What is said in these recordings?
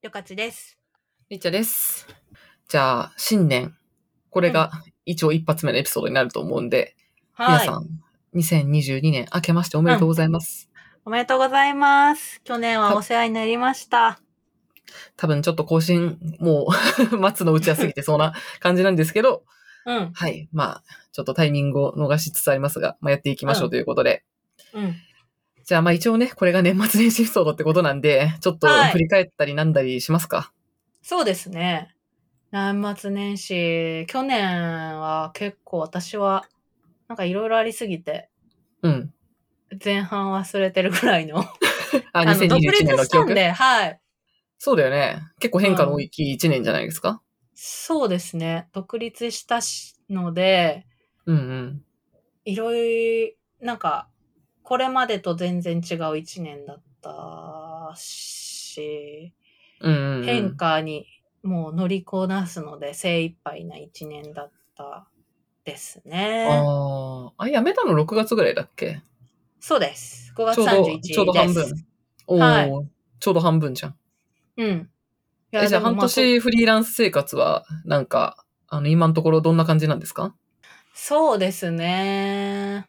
よかちです。りっちゃです。じゃあ、新年。これが一応一発目のエピソードになると思うんで、皆はい。さん、2022年明けましておめでとうございます。おめでとうございます。去年はお世話になりました。多分ちょっと更新、もう、 松のうちは過ぎてそうな 感じなんですけど、うん。はい。まあ、ちょっとタイミングを逃しつつありますが、まあやっていきましうょうんということで。うん。じゃあまあ一応ね、これが年末年始エピソードってことなんで、ちょっとはい振り返ったりなんだりしますか、そうですね。年末年始、去年は結構私は、なんかいろいろありすぎて、うん。前半忘れてるぐらいの。あ、の、独2021立年のし記たん憶。で、はい。そうだよね。結構変化の大きい1年じゃないですか、そうですね。独立したしので、うん、うんいろいろ、なんか、これまでと全然違う一年だったし、うんうんうん。変化にもう乗りこなすので精一杯な一年だったですね。ああ、あ、やめたの6月ぐらいだっけそうです。5月ちょう31ど日です。ちょうど半分おお、はいちょうど半分じゃん。うん。いやえ、じゃあでも半まそ年フリーランス生活は、なんか、あの、今のところどんな感じなんですか そうですね。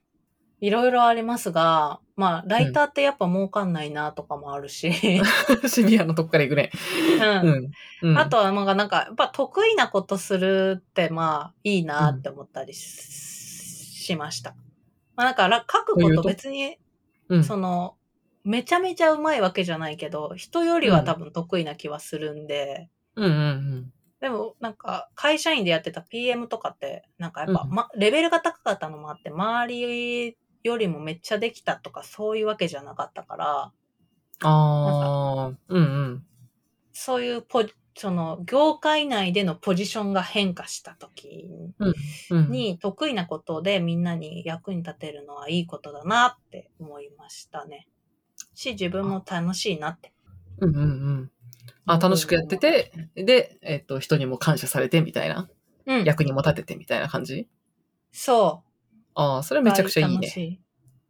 いろいろありますが、まあ、ライターってやっぱ儲かんないなとかもあるし、シビアのとこから行くね。うんうん。うん、あと、は、まあ、なんか、やっぱ得意なことするって、まあ、いいなって思ったりし,、ました。まあ、だから、書くとこいうとと別に、うん、その、めちゃめちゃうまいわけじゃないけど、人よりは多分得意な気はするんで、うんうんうん。でも、なんか、会社員でやってた PM とかって、なんかやっぱ、うんま、レベルが高かったのもあって、周りよりもめっちゃできたとか、そういうわけじゃなかったから、ああ、うんうん。そういうポジ、その、業界内でのポジションが変化した時うん、に、得意なことでみんなに役に立てるのはいいことだなって思いましたね。し、自分も楽しいなって。うんうんうん。あ、楽しくやってて、で、えっと、人にも感謝されてみたいな、うん。役にも立ててみたいな感じそああ、それう。めちゃくちゃいい楽ねし。い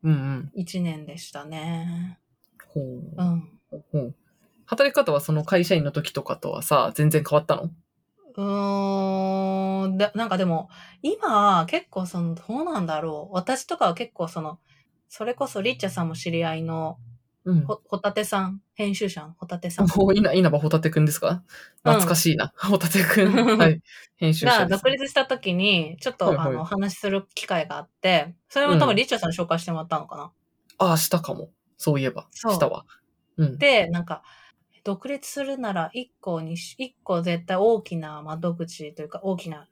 うんうん。一年でしたね。ほううん。ほう働き方はその会社員の時とかとはさ、全然変わったのうーん。だなんかでも、今、結構その、どうなんだろう。私とかは結構その、それこそリッチャさんも知り合いの、うん。ほ、ホタテさん、編集者のホタテ さんもう稲、稲葉ホタテくんですかうん懐かしいな。ホタテく ん。はい。編集者がです独。立した時に、ちょっと、はいはいあの、お話しする機会があって、それも多う分んリッチャーさんに紹介してもらったのかな。ああ、したかも。そういえば。そうしたわ。うん。で、なんか、独立するなら一個にし、一個絶対大きな窓口というか大きな、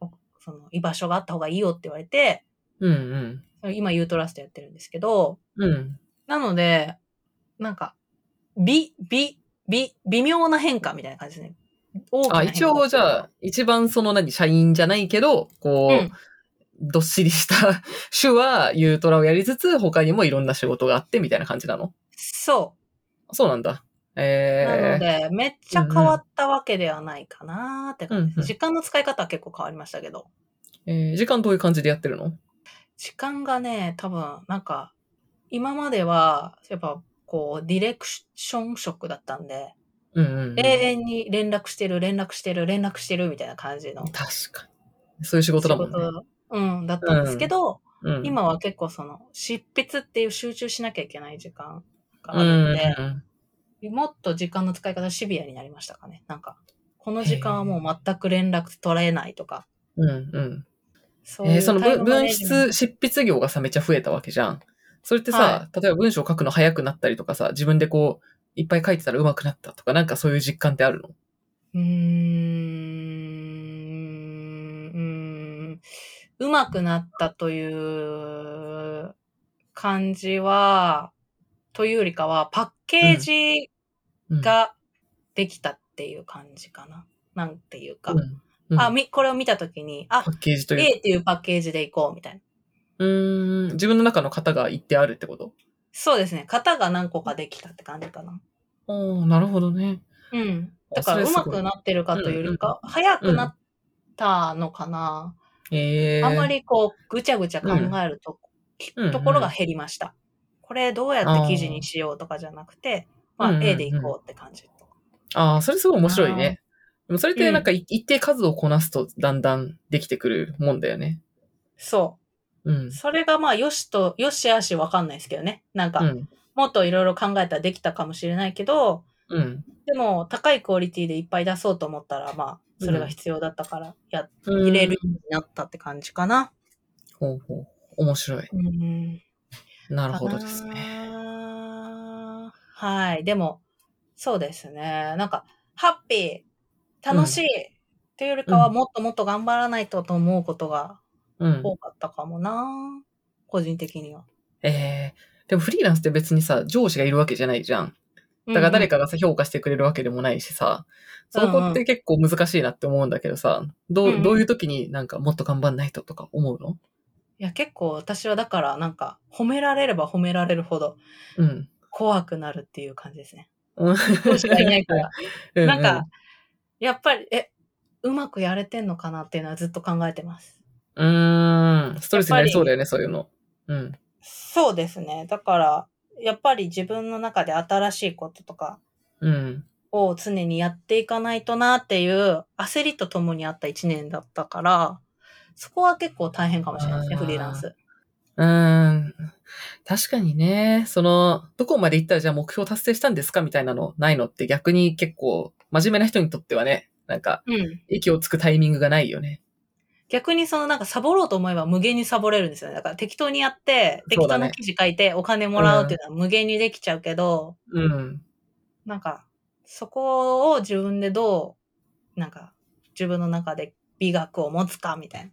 おその、居場所があった方がいいよって言われて、うんうん。今ユートラストやってるんですけど、うん。なので、なんか、び、び、び、微妙な変化みたいな感じですね。大きなあ、変化一応じゃあ、、一番その何、社員じゃないけど、こう、うんどっしりした 手はユートラをやりつつ、他にもいろんな仕事があってみたいな感じなのそう。そうなんだ。なのええで、めっちゃ変わったわけではないかなーって感じです。うんうん時間の使い方は結構変わりましたけど。えー時間どういう感じでやってるの時間がね、多分、なんか、今までは、やっぱ、こう、ディレクション職だったんで、うんうんうん。永遠に連絡してる、連絡してる、連絡してるみたいな感じの仕確かに。そういう仕事だもんね。事、うん、だったんですけど、うん、今は結構その、執筆っていう集中しなきゃいけない時間があうるんんで、もっと時間の使い方シビアになりましたかね。なんか、この時間はもう全く連絡取れないとか。うんうんそえういうーそのタイ文ムマ文ネジメン筆、執筆業がさ、めちゃ増えたわけじゃん。それってさ、例えば文章を書くの早くなったりとかさ、自分でこう、いっぱい書いてたら上手くなったとか、なんかそういう実感ってあるのトうーん。うーんうまくなったという感じは、というよりかは、パッケージうん、ができたっていう感じかな。なんていうか。うんうんあ、み、これを見たときに、あパ、ッケージという A っていうパッケージでいこうみたいな。うーん、自分の中の型が一定あるってことそうですね。型が何個かできたって感じかな。おーなるほどね。うん。あだから、それうすごまいくなってるかというよりか、早くなったのかな。えー、あんまりこう、ぐちゃぐちゃ考えると,、うんうんところが減りました。これどうやって記事にしようとかじゃなくて、まあ、うんうん A でいこうって感じ。ああ、それすごい面白いね。でもそれってなんかい一定数をこなすとだんだんできてくるもんだよね。そうう。ん。それがまあ、よしと、よしあしわかんないですけどね。なんか、うん。もっといろいろ考えたらできたかもしれないけど、うん。でも、高いクオリティでいっぱい出そうと思ったら、まあ、それが必要だったから、や、入れるようになったって感じかな。ほうほう。面白い。うん。ななるほどですね。。はい。でも、そうですね。なんか、ハッピー、楽しい、っていうよりかは、うんもっともっと頑張らないとと思うことがうん。多かったかもな。個人的には。ええでもフリーランスって別にさ、上司がいるわけじゃないじゃん。だから誰かがさ、評価してくれるわけでもないしさ、そこって結構難しいなって思うんだけどさ、どうんうう、んどういう時になんかもっと頑張んないととか思うのいや、結構私はだから、なんか、褒められれば褒められるほどうん。怖くなるっていう感じですね。 うん上司がいないから。 うなんか、、やっぱり、え、うまくやれてんのかなっていうのはずっと考えてます。うーん、ストレスになりそうだよね、そういうの。うん。そうですね。だから、やっぱり自分の中で新しいこととかうん。を常にやっていかないとなっていう焦りとともにあった一年だったから、そこは結構大変かもしれないですね、あーフリーランス。うーん。確かにね、その、どこまで行ったらじゃあ目標達成したんですかみたいなのないのって逆に結構、真面目な人にとってはね、なんか、うん。息をつくタイミングがないよね。逆にそのなんかサボろうと思えば無限にサボれるんですよね。だから適当にやって、そ適うだ当ねな記事書いてお金もらうっていうのは無限にできちゃうけど、うん。なんか、そこを自分でどう、なんか、自分の中で美学を持つかみたいな。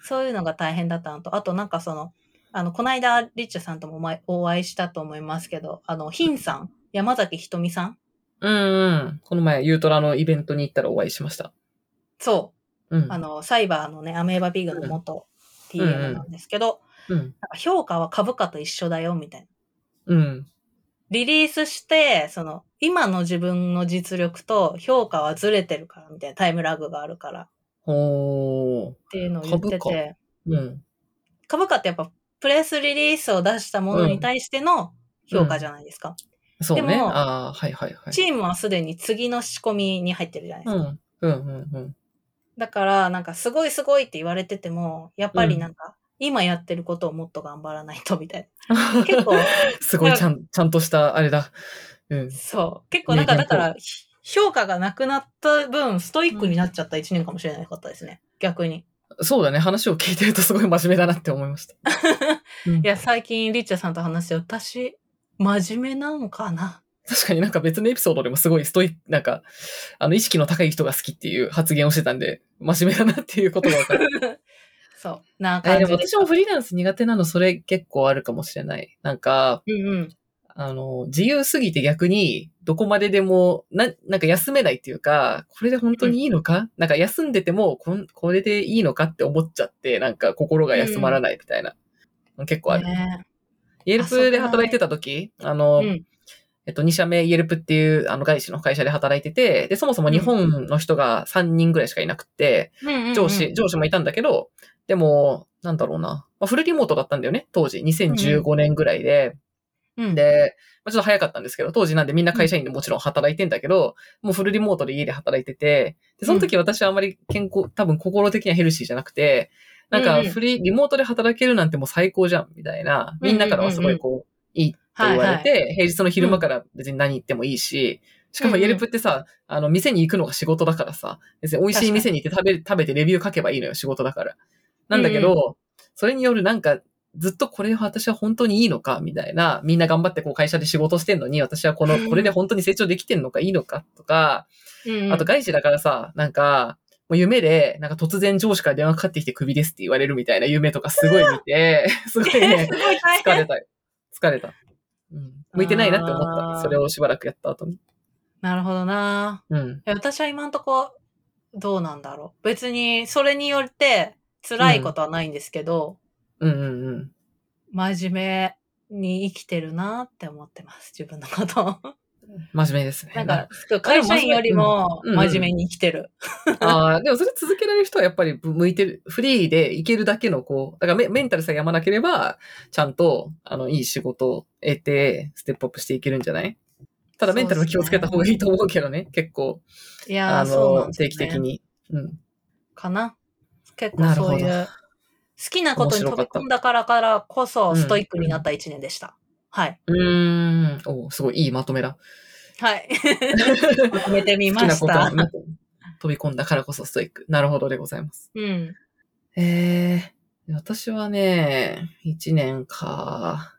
そういうのが大変だったのと、あとなんかその、あの、この間、リッチャさんともお前お会いしたと思いますけど、あの、ヒンさん、山崎ひとみさんうんうん。この前、ユートラのイベントに行ったらお会いしました。そうう、ん。あの、サイバーのね、アメーバビーグの元 TM なんですけど、うん。なんか評価は株価と一緒だよ、みたいな。うん。リリースして、その、今の自分の実力と評価はずれてるから、みたいなタイムラグがあるから、っほていうのを言ってて。株価ー。うん。株価ってやっぱプレスリリースを出したものに対しての評価じゃないですか。そうでね。もああ、はいはいはい。チームはすでに次の仕込みに入ってるじゃないですうか。ん。うんうんうん。だから、なんかすごいすごいって言われてても、やっぱりなんか、今やってることをもっと頑張らないとみたいな。 結構、 すごい、ちゃん、ちゃんとした、あれだ。うん。そう。結構なんか、名言だっぽかいら、ひ評価がなくなった分、ストイックになっちゃった一年かもしれなかったですね。逆に。そうだね。話を聞いてるとすごい真面目だなって思い ました。うんいや、最近、リッチャさんと話して、私、真面目なのかな確かになんか別のエピソードでもすごいストイック、なんか、あの、意識の高い人が好きっていう発言をしてたんで、真面目だなっていうことが分かる。 そう。なんかえ、でも私もフリーランス苦手なの、それ結構あるかもしれない。なんか、うんうん。あの、自由すぎて逆に、どこまででも、な、なんか休めないっていうか、これで本当にいいのか、なんか休んでてもこん、これでいいのかって思っちゃって、なんか心が休まらないみたいな。結構ある。ねイエルプで働いてた時、あの、うんえっと、2社目イエルプっていう、あの、外資の会社で働いてて、で、そもそも日本の人が3人ぐらいしかいなくて、うんうんうん上司、上司もいたんだけど、でも、なんだろうな。まあ、フルリモートだったんだよね、当時。2015年ぐらいで。うんで、まあ、ちょっと早かったんですけど、当時なんでみんな会社員でもちろん働いてんだけど、もうフルリモートで家で働いてて、でその時私はあんまり健康、多分心的にはヘルシーじゃなくて、なんうんかうんフリー、リモートで働けるなんてもう最高じゃん、みたいな、みんなからはすごいこう、いいって言われて、平日の昼間から別に何行ってもいいし、しかもうんうんイエルプってさ、あの、店に行くのが仕事だからさ、別に美味しい店に行って食べ、食べてレビュー書けばいいのよ、仕事だから。なんだけど、それによるなんか、ずっとこれは私は本当にいいのかみたいな、みんな頑張ってこう会社で仕事してんのに、私はこのう、んこれで本当に成長できてんのかいいのかとか、うんうんあと外資だからさ、なんか、もう夢で、なんか突然上司から電話かかってきてクビですって言われるみたいな夢とかすごい 見て、すごいねす、ごい大疲れ変。たよ。疲れた。うん。向いてないなって思っあーた。それをしばらくやった後に。なるほどなうん。いや私は今んとこ、どうなんだろう。別に、それによって、辛いことはないんですけど、うんうんうん。真面目に生きてるなって思ってます、自分のことを。 真面目ですね。なんか、すごい会社員よりもでも真面目うんうんうん真面目に生きてる。 ああ、でもそれ続けられる人はやっぱり向いてる、フリーでいけるだけのこう、だからメメンタルさえやまなければ、ちゃんと、あの、いい仕事を得て、ステップアップしていけるんじゃないただメンタルは気をつけた方がいいと思うけどね、結構。いやあー、そうなんの、ですよね定期的に。うん。かな。結構なるそほういど。う、好きなことに飛び込んだからからこそ、ストイックになった一年でした。はい。うーん。おすごいいいまとめだ。 はい。 好まとめてみきまなしことはた。ね飛び込んだからこそストイック。なるほどでございます。うん。えー、私はね、一年か。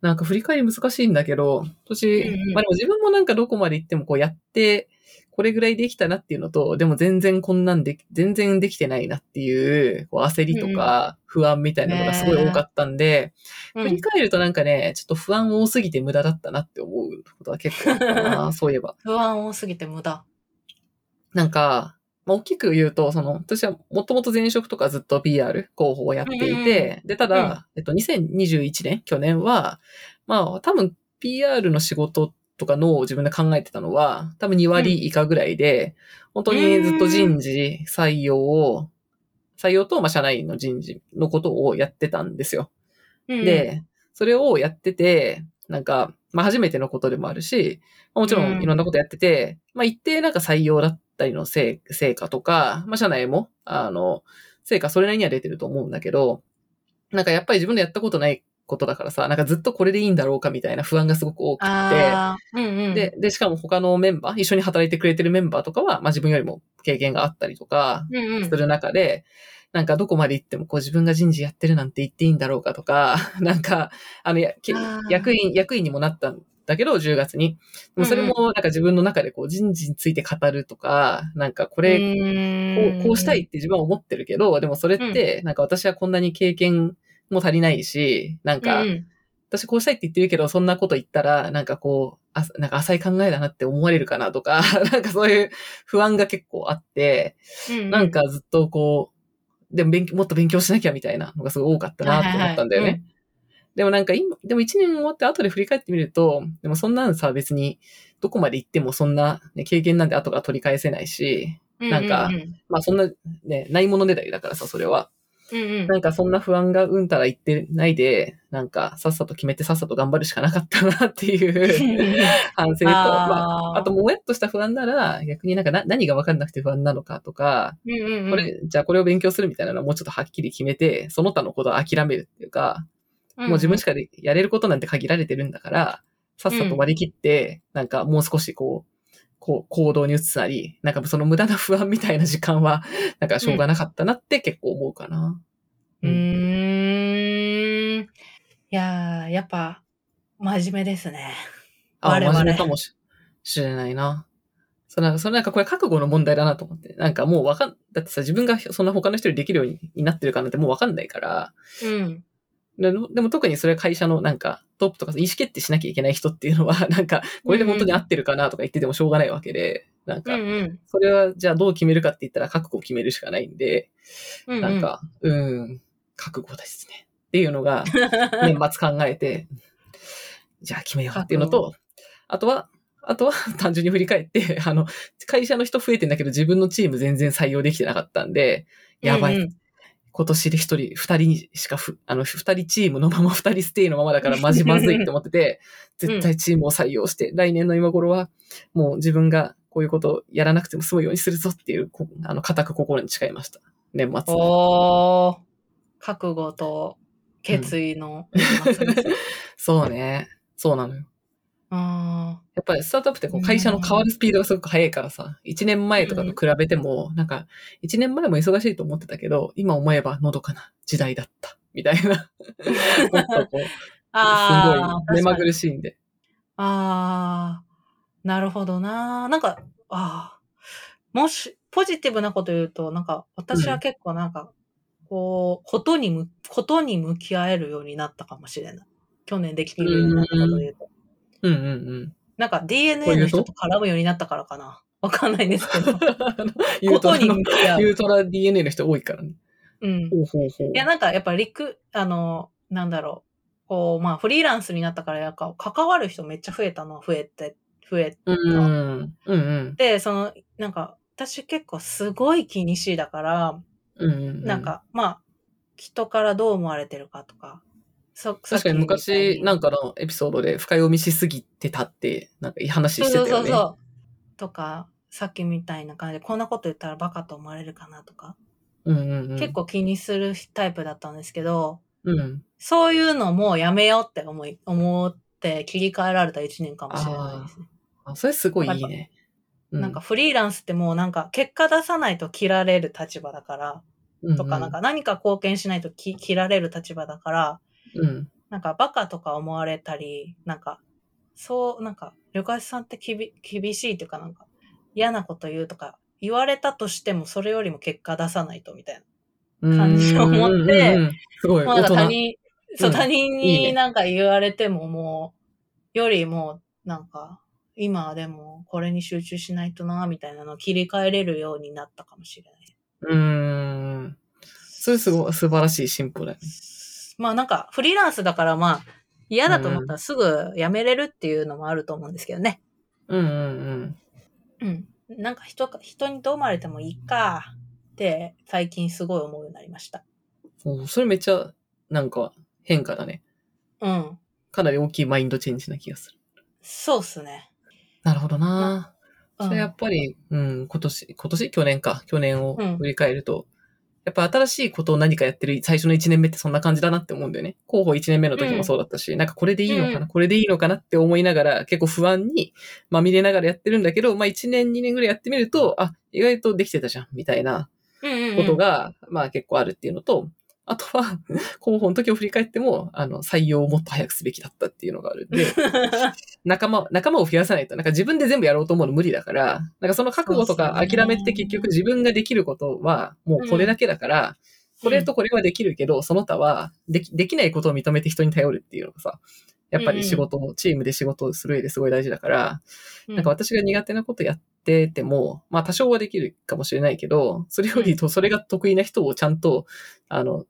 なんか振り返り難しいんだけど、私、うんうんまあでも自分もなんかどこまで行ってもこうやって、これぐらいできたなっていうのと、でも全然こんなんでき、全然できてないなっていう、こう焦りとか不安みたいなのがすごい多かったんで、う振りん、返るとなんかね、ちょっと不安多すぎて無駄だったなって思うことは結構あっ たな、そういえば。不安多すぎて無駄。なんか、まあ、大きく言うと、その、私はもともと前職とかずっと PR 広報をやっていて、で、ただ、えっと、2021年、去年は、まあ、多分 PR の仕事とかのを自分で考えてたのは、多分2割以下ぐらいで、本当にずっと人事、採用を、採用と、まあ、社内の人事のことをやってたんですよ。うん、で、それをやってて、なんか、まあ初めてのことでもあるし、まあもちろうんんいろんなことやってて、まあ一定なんか採用だったりの成成果とか、まあ社内も、あの、成果それなりには出てると思うんだけど、なんかやっぱり自分でやったことないことだからさ、なんかずっとこれでいいんだろうかみたいな不安がすごく多くて、ああ、うんうん。で、で、しかも他のメンバー、一緒に働いてくれてるメンバーとかは、まあ自分よりも経験があったりとか、うんうん、する中で、なんかどこまで行ってもこう自分が人事やってるなんて言っていいんだろうかとか、 なんか、あの、やけあー役員、役員にもなったんだけど、10月に。でもそれもなんか自分の中でこう人事について語るとか、なんかこれ、これうこうしたいって自分は思ってるけど、でもそれって、なんか私はこんなに経験も足りないし、なんか、うん私こうしたいって言ってるけど、そんなこと言ったら、なんかこう、あなんか浅い考えだなって思われるかなとか、 なんかそういう不安が結構あって、うん、なんかずっとこう、でも勉強、もっと勉強しなきゃみたいなのがすごい多かったなって思ったんだよはいはいね。でもなんか今、でも一年終わって後で振り返ってみると、でもそんなんさ別にどこまで行ってもそんな、ね、経験なんで後が取り返せないし、うん、なんかうんまあそんなね、ないものねだりだからさ、それは。うんうんなんかそんな不安がうんたら言ってないで、なんかさっさと決めてさっさと頑張るしかなかったなっていう 反省と、まあ、あと、もやっとした不安なら逆になんかな何がわかんなくて不安なのかとか、うんうんうん、これ、じゃあこれを勉強するみたいなのはもうちょっとはっきり決めて、その他のことは諦めるっていうか、もう自分しかでやれることなんて限られてるんだから、さっさと割り切って、なんかもう少しこう、こう行動に移すなり、なんかその無駄な不安みたいな時間は、 なんかしょうがなかったなって結構思うかな。うんうん。うーん。いやー、やっぱ、真面目ですね。あ、我々真面目かもししれないな。それなんか、それなんかこれ覚悟の問題だなと思って。なんかもうわかん、だってさ、自分がそんな他の人よりできるようにになってるかなんてもうわかんないから、うん。でのでも特にそれは会社のなんかトップとか意思決定しなきゃいけない人っていうのは、 なんかこれで本当に合ってるかなとか言っててもしょうがないわけで、なんうんかそれはじゃあどう決めるかって言ったら覚悟を決めるしかないんで、うん。なん か、うん、覚悟ですね。っていうのが年末考えて、じゃあ決めようっていうのと、あとは、あとは単純に振り返って、あの、会社の人増えてんだけど自分のチーム全然採用できてなかったんで、やばいうんうん今年で一人、二人しかふ、あの、二人チームのまま、二人ステイのままだ からマジまずいって思ってて、うん絶対チームを採用して、来年の今頃は、もう自分がこういうことをやらなくても済むようにするぞっていう、こあの、固く心に誓いました。年末。おー。覚悟と決意の年末ですね。 そうね。そうなのよ。あやっぱりスタートアップってこう会社の変わるスピードがすごく早いからさ、一年前とかと比べても、なんか、一年前も忙しいと思ってたけど、今思えばのどかな時代だった、みたい な。もっとこう、ーあー。すごい目ま確ぐかにるしいんで。あー。なるほどな。なんか、あー。もし、ポジティブなこと言うと、なんか、私は結構なんか、こう、ことにむ、ことに向き合えるようになったかもしれない。去年できてるようになったことで言うと。うんうん うん。なんかこ DNA ういうのと人と絡むようになったからかな。わかんないんですけ ど。ユーこトとラにの向、き合ユう。ートラ DNA の人多いからね。うん。いほうほうほう。や、なんかやっぱり陸、あの、なんだろう。こう、まあフリーランスになったから、やっぱ関わる人めっちゃ増えたのは増えて、増えうんうん。うんうん。て、その、なんか、私結構すごい気にしいだから、うんうん。なん、か、まあ、人からどう思われてるかとか、そ確かに昔なんかのエピソードで深読みしすぎてたって、なんかいい話してたよね。そうそうそうそう。とか、さっきみたいな感じで、こんなこと言ったらバカと思われるかなとか、うんうんうん、結構気にするタイプだったんですけど、うん。そういうのもやめようって思い、思って切り替えられた一年かもしれないですね。あ、それすごいいいね。うなんか、フリーランスってもうなんか結果出さないと切られる立場だから、とかなんか、か何か貢献しないとき切られる立場だから、うん。なんかバカとか思われたり、なんか、そう、なんか、旅館さんってきび厳しいっていうかなんか、嫌なこと言うとか、言われたとしてもそれよりも結果出さないとみたい感じを持ってうんうんうん、すごい、な。まあな大んか他人。人、そうう、ん他人いいねになんか言われてももう、よりも、なんか、今はでもこれに集中しないとな、みたいなのを切り替えれるようになったかもしれない。うん。それすごい、素晴らしい進歩だよね。まあなんか、フリーランスだからまあ、嫌だと思ったらすぐ辞めれるっていうのもあると思うんですけどね。うんうんうん。なんか人か、人にどう思われてもいいかって最近すごい思うようになりました。うん。おそれめっちゃ、なんか、変化だね。うん。かなり大きいマインドチェンジな気がする。そうっすね。なるほどなうんそれやっぱり、うん、今年、今年去年か。去年を振り返ると、やっぱ新しいことを何かやってる最初の1年目ってそんな感じだなって思うんだよね。候補1年目の時もそうだったし、なんかこれでいいのかな、うんこれでいいのかなって思いながら、結構不安にまみれながらやってるんだけど、まあ1年、2年ぐらいやってみると、あ、意外とできてたじゃん、みたいなうんうんうん、 ことが、まあ結構あるっていうのと、あとは、候補の時を振り返っても、あの、採用をもっと早くすべきだったっていうのがあるんで、仲間、仲間を増やさないと、なんか自分で全部やろうと思うの無理だから、なんかその覚悟そとうかですね諦めって結局自分ができることは、もうこれだけだから、これとこれはできるけど、その他はでき、できないことを認めて人に頼るっていうのがさ、やっぱり仕事を、チームで仕事をする上ですごい大事だから、うん、なんか私が苦手なことやってても、まあ多少はできるかもしれないけど、それよりと、それが得意な人をちゃんと、あの、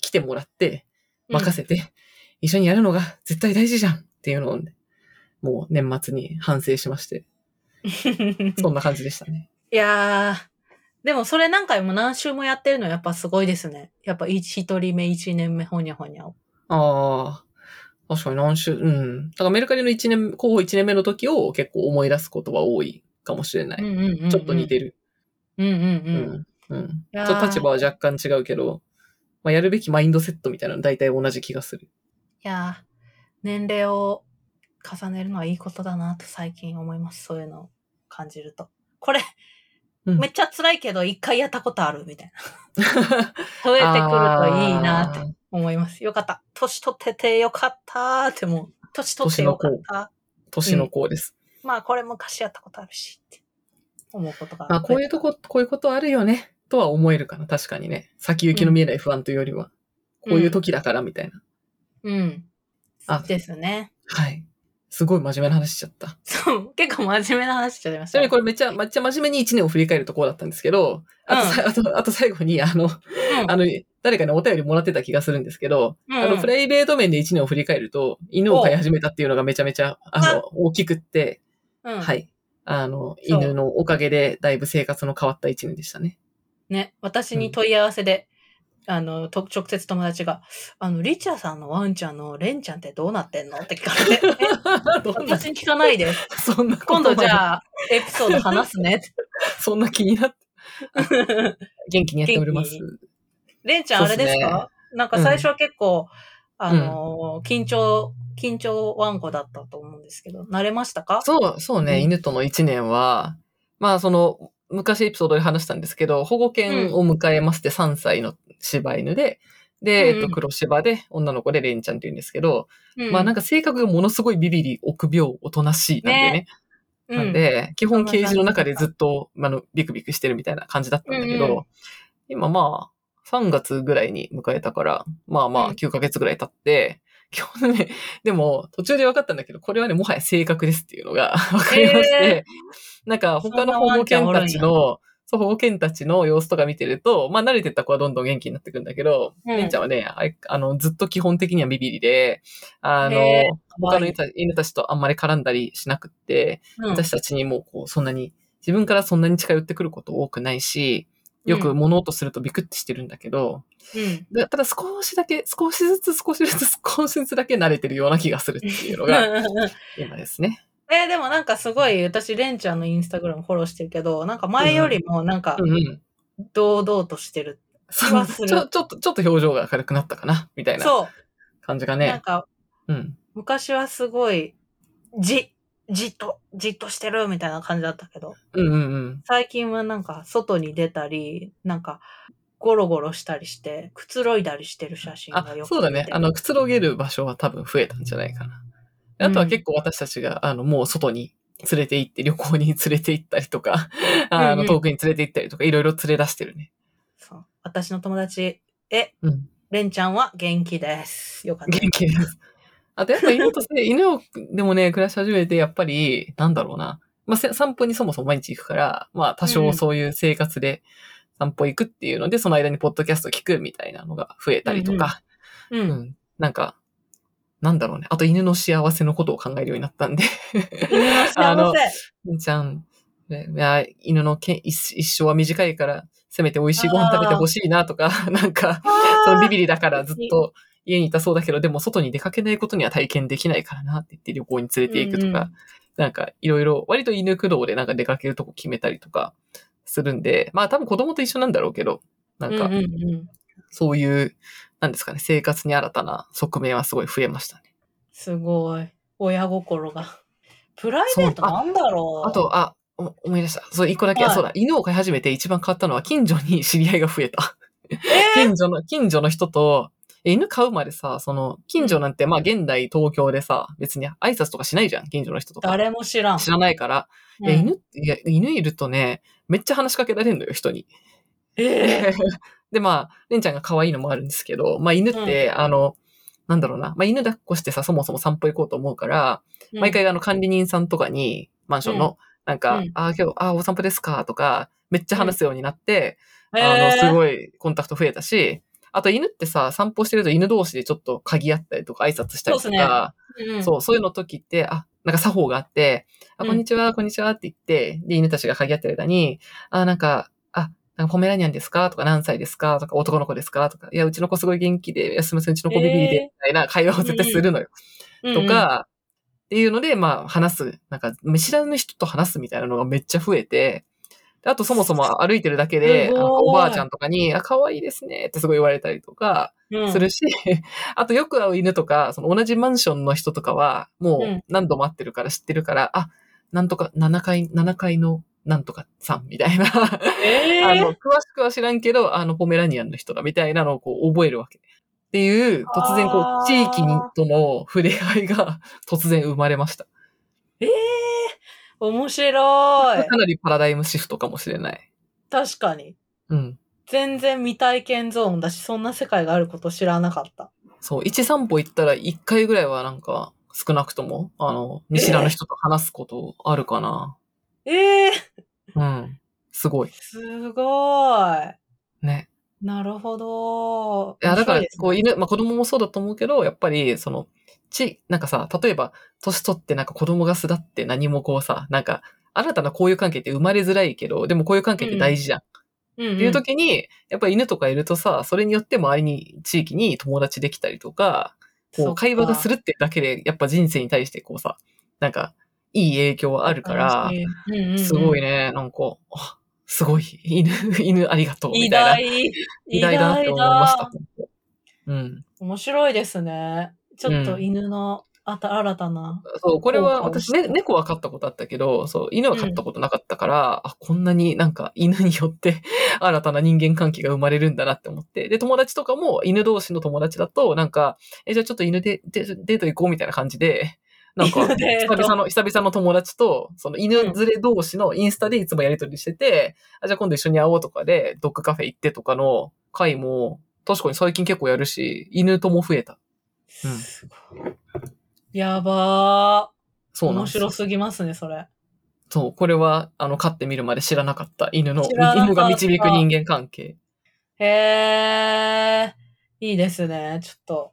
来てもらって、任せて、一緒にやるのが絶対大事じゃんっていうのを、もう年末に反省しまして、うん。そんな感じでしたね。いやー、でもそれ何回も何週もやってるのやっぱすごいですね。やっぱ一一人目、一年目、ほにゃほにゃを。ああ、確かに何週、うん。だからメルカリの1年、候補1年目の時を結構思い出すことは多いかもしれない。うんうんうんうんちょっと似てる。うんうんううん。ん。うん。いやーちょっと立場は若干違うけど、まあ、やるべきマインドセットみたいなの大体同じ気がする。いやー、年齢を重ねるのはいいことだなと最近思います。そういうのを感じると。これ、うんめっちゃ辛いけど、一回やったことあるみたいな。 増えてくるといいなってあー思います。よかった。年取っててよかったーってもう、年取ってよかった。年の子です。まあこれ昔やったことあるしって思うことが。まあ、こういうとこ、こういうことあるよね、とは思えるかな。確かにね。先行きの見えない不安というよりは、うんこういう時だからみたいな。うん。あですね。はい。すごい真面目な話しちゃった。そう。結構真面目な話しちゃいましちたなみね。にこれめっちゃ、めっちゃ真面目に1年を振り返るところだったんですけど、あとさ、あと、あと最後に、あの、うんあの、誰かにお便りもらってた気がするんですけど、うんあの、プライベート面で1年を振り返ると、犬を飼い始めたっていうのがめちゃめちゃ、あの、大きくって、うんはい。あの、そう犬のおかげで、だいぶ生活の変わった1年でしたね。ね、私に問い合わせで、あの、と直接友達が、あの、リチャさんのワンちゃんのレンちゃんってどうなってんのって聞か れて、えど んな私に聞かないで。 そんな今度じあ、ゃあ、エピソード話すねって。そんな気になって、 元気にやっております。レンちゃんあれですそうっかなんか最初は結構、あのー、緊張、緊張ワンコだったと思うんですけど、慣れましたかそう、そううね、ん犬との1年は、まあその、昔エピソードで話したんですけど、保護犬を迎えまして3歳の柴犬で、で、うんえっと、黒柴で、女の子でレンちゃんって言うんですけど、うまあなんんか性格がものすごいビビリ、臆病、おとなしいなんでね。うなんんで、基本ケージの中でずっと、あの、ビクビクしてるみたいな感じだったんだけど、うんうん今まあ、3月ぐらいに迎えたから、まあまうんあ9ヶ月ぐらい経って、今日ね、 でも途中で分かったんだけど、これはね、もはや性格ですっていうのが 分かりまして、なんか他の保護犬たちそんなの、そう、保護犬たちの様子とか見てると、まあ慣れてった子はどんどん元気になってくんだけど、うんレンちゃんはね、あいあの、ずっと基本的にはビビリで、あへの、他の犬た犬たちとあんまり絡んだりしなくって、うん私たちにもこう、そんなに、自分からそんなに近寄ってくること多くないし、よく物音するとビクってしてるんだけど、うん。でただ少しだけ、少しずつ少しずつ 少しずつだけ慣れてるような気がするっていうのが今ですね。 えーでもなんかすごい、私、レンちゃんのインスタグラムフォローしてるけど、なんか前よりもなんかうんうん。堂々としてる。そ気はうするちょ、ちょっと、ちょっと表情が明るくなったかな、みたいなそ感じがう。なんね。かうん。昔はすごい、じ、じっと、じっとしてるみたいな感じだったけど、うんうんうん。最近はなんか外に出たり、なんかゴロゴロしたりして、くつろいだりしてる写真あがよ、くそうだ出ねて。あの、くつろげる場所は多分増えたんじゃないかな。あとは結構私たちが、あの、もう外に連れて行って、旅行に連れて行ったりとか、あうんうの、ん遠くに連れて行ったりとか、いろいろ連れ出してるね。そう私の友達、え、うんレンちゃんは元気です。よかった。元気です。あと、やっぱ犬 として、犬を、でもね、暮らし始めて、やっぱり、なんだろうな。まあ、せ散歩にそもそも毎日行くから、まあ、多うんう少んそういう生活で散歩行くっていうので、その間にポッドキャスト聞くみたいなのが増えたりとか、う。うんん。なんか、なんだろうね。あと、犬の幸せのことを考えるようになったんで。犬のあの幸せ。犬ちゃん、ねいや犬のけ一一生は短いから、せめて美味しいご飯食べてほしいなとか、なんか、そのビビリだからずっと家にいたそうだけど、でも外に出かけないことには体験できないからなって言って旅行に連れて行くとか、うんうんなんかいろいろ、割と犬駆動でなんか出かけるとこ決めたりとかするんで、まあ多分子供と一緒なんだろうけど、なんうかんうんうん。そういう、なんですかね、生活に新たな側面はすごい増えましたね。すごい。親心が。プライベートそうなあんだろう。あ、と、あ、お思い出した。そう、一個だけ、はいそうだ、犬を飼い始めて一番変わったのは近所に知り合いが増えた。え近所の、近所の人と、え犬飼うまでさ、その、近所なんて、まあ、現代東京でさ、別に挨拶とかしないじゃん、近所の人とか。誰も知らん。知らないから。いや、うん犬って、いや、犬いるとね、めっちゃ話しかけられるのよ、人に。ええ で、まあ、レンちゃんが可愛いのもあるんですけど、まあ、犬って、あの、なんだろうな。まあ、犬抱っこしてさ、そもそも散歩行こうと思うから、毎回あの管理人さんとかに、マンションの、なんか、うんああ、今日、ああ、お散歩ですか、とか、めっちゃ話すようになって、うんあの、すい。ごいコンタクト増えたし、あと犬ってさ、散歩してると犬同士でちょっと鍵あったりとか挨拶したりとそうか、っすねうんそう、そういうの時って、あ、なんか作法があって、あ、うんこんにちは、こんにちはって言って、で、犬たちが鍵合ってる間に、あ、なんか、あ、なんかポメラニアンですかとか何歳ですかとか男の子ですかとか、いや、うちの子すごい元気で、いやすみません、うちの子ビビリで、えーみたいな会話を絶対するのよ。うんうんと、か、っていうので、まあ、話す、なんか、見知らぬ人と話すみたいなのがめっちゃ増えて、であと、そもそも歩いてるだけで、すごいあのおばあちゃんとかに、あ、可愛いですねってすごい言われたりとか、うんするし、 あとよく会う犬とか、その同じマンションの人とかは、もうんう何度も会ってるから知ってるから、あ、なんとか、7階、7階のなんとかさんみたいな、ええ あの、詳しくは知らんけど、あの、ポメラニアンの人だみたいなのをこう覚えるわけ。っていう、突然こあーう、地域にとの触れ合いが 突然生まれました。ええ面白い。かなりパラダイムシフトかもしれない。確かに。うん。全然未体験ゾーンだし、そんな世界があること知らなかった。そう、一散歩行ったら一回ぐらいはなんか、少なくとも、あの、見知らぬ人と話すことあるかな。ええうん。すごい。すごい。ね。なるほど。いや、だか面白らいです、ねこう、犬、まあ子供もそうだと思うけど、やっぱり、その、ち、なんかさ、例えば、年取ってなんか子供が巣立って何もこうさ、なんか、新たな交友関係って生まれづらいけど、でも交友関係って大事じゃん。うんっていう時に、やっぱり犬とかいるとさ、それによって周りに、地域に友達できたりとか、こう、会話がするるってだけで、やっぱ人生に対してこうさ、なんか、いい影響はあるから、すごいね。ね、なんか、あすごい、犬、犬ありがとう、み偉たいな。大。 偉大だなって思いました。うん。面白いですね。ちょっと犬の、あた新たな。そう、これそうはか私、ね、猫は飼ったことあったけど、そう、犬は飼ったことなかったから、あ、こんなになんか犬によって 新たな人間関係が生まれるんだなって思って。で、友達とかも犬同士の友達だと、なんか、え、じゃあちょっと犬でデデート行こうみたいな感じで、なんか、犬デー 久ト々の、久々の友達と、その犬連れ同士のインスタでいつもやりとりしてて、あ、じゃあ今度一緒に会おうとかで、ドッグカフェ行ってとかの会も、確かに最近結構やるし、犬とも増えた。うんすごいやばー。そうなん面ですよ白すぎますね、それ。そう、これは、あの、飼ってみるまで知らなかった犬の、知らなかった犬が導く人間関係。へえ、いいですね。ちょっと、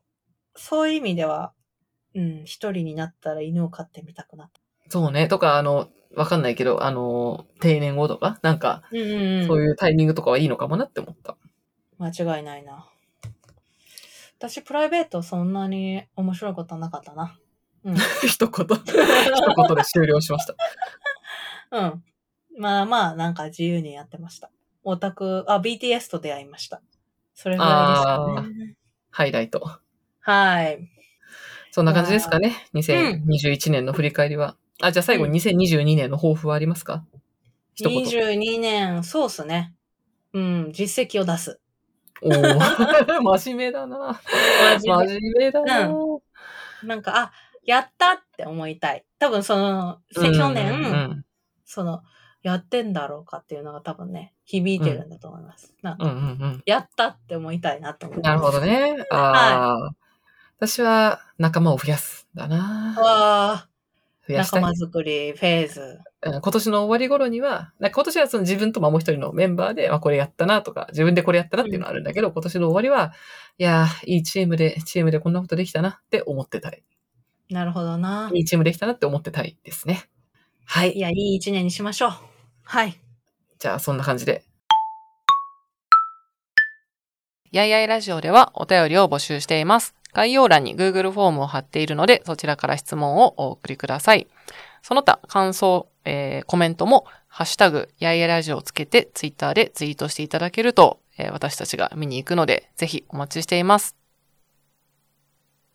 そういう意味では、うん、一人になったら犬を飼ってみたくなっそうね。とか、あの、わかんないけど、あの、定年後とか、なんか、うんうんうん。そういうタイミングとかはいいのかもなって思った。 間違いないな。私、プライベートそんなに面白いことはなかったな。うん。 一言、一言で終了しました。うん。まあまあ、なんか自由にやってました。オタク、あ、BTS と出会いました。それぐらいですかね。ハイライト。はい。そんな感じですかね。2021年の振り返りは。あ、じゃあ最後に2022年の抱負はありますか一言。 22年、そうっすね。うん、実績を出す。おお 真面目だな。真面目だな。なんか、あ、やったって思いたい。多分その、うん去年、うんその、やってんだろうかっていうのが多分ね、響いてるんだと思います。なんうか、んうんやったって思いたいなと思ういん。ます。なるほど。ね。ああ。私は仲間を増やす。だな。わあ、増やし仲たい間。づくりフェーズ。うん今年の終わり頃には、なんか今年はその自分とまあもう一人のメンバーで、まあこれやったなとか、自分でこれやったなっていうのはあるんだけど、今年の終わりは、いやー、いいチームで、チームでこんなことできたなって思ってたい。なるほどな。いいチームできたなって思ってたいですね。はいい。や、いい一年にしましょう。はい。じゃあそんな感じで。やいやいラジオではお便りを募集しています。概要欄に Google フォームを貼っているので、そちらから質問をお送りください。その他、感想、えーコメントも、ハッシュタグ、やいやいラジオをつけて、Twitter でツイートしていただけると、えー私たちが見に行くので、ぜひお待ちしています。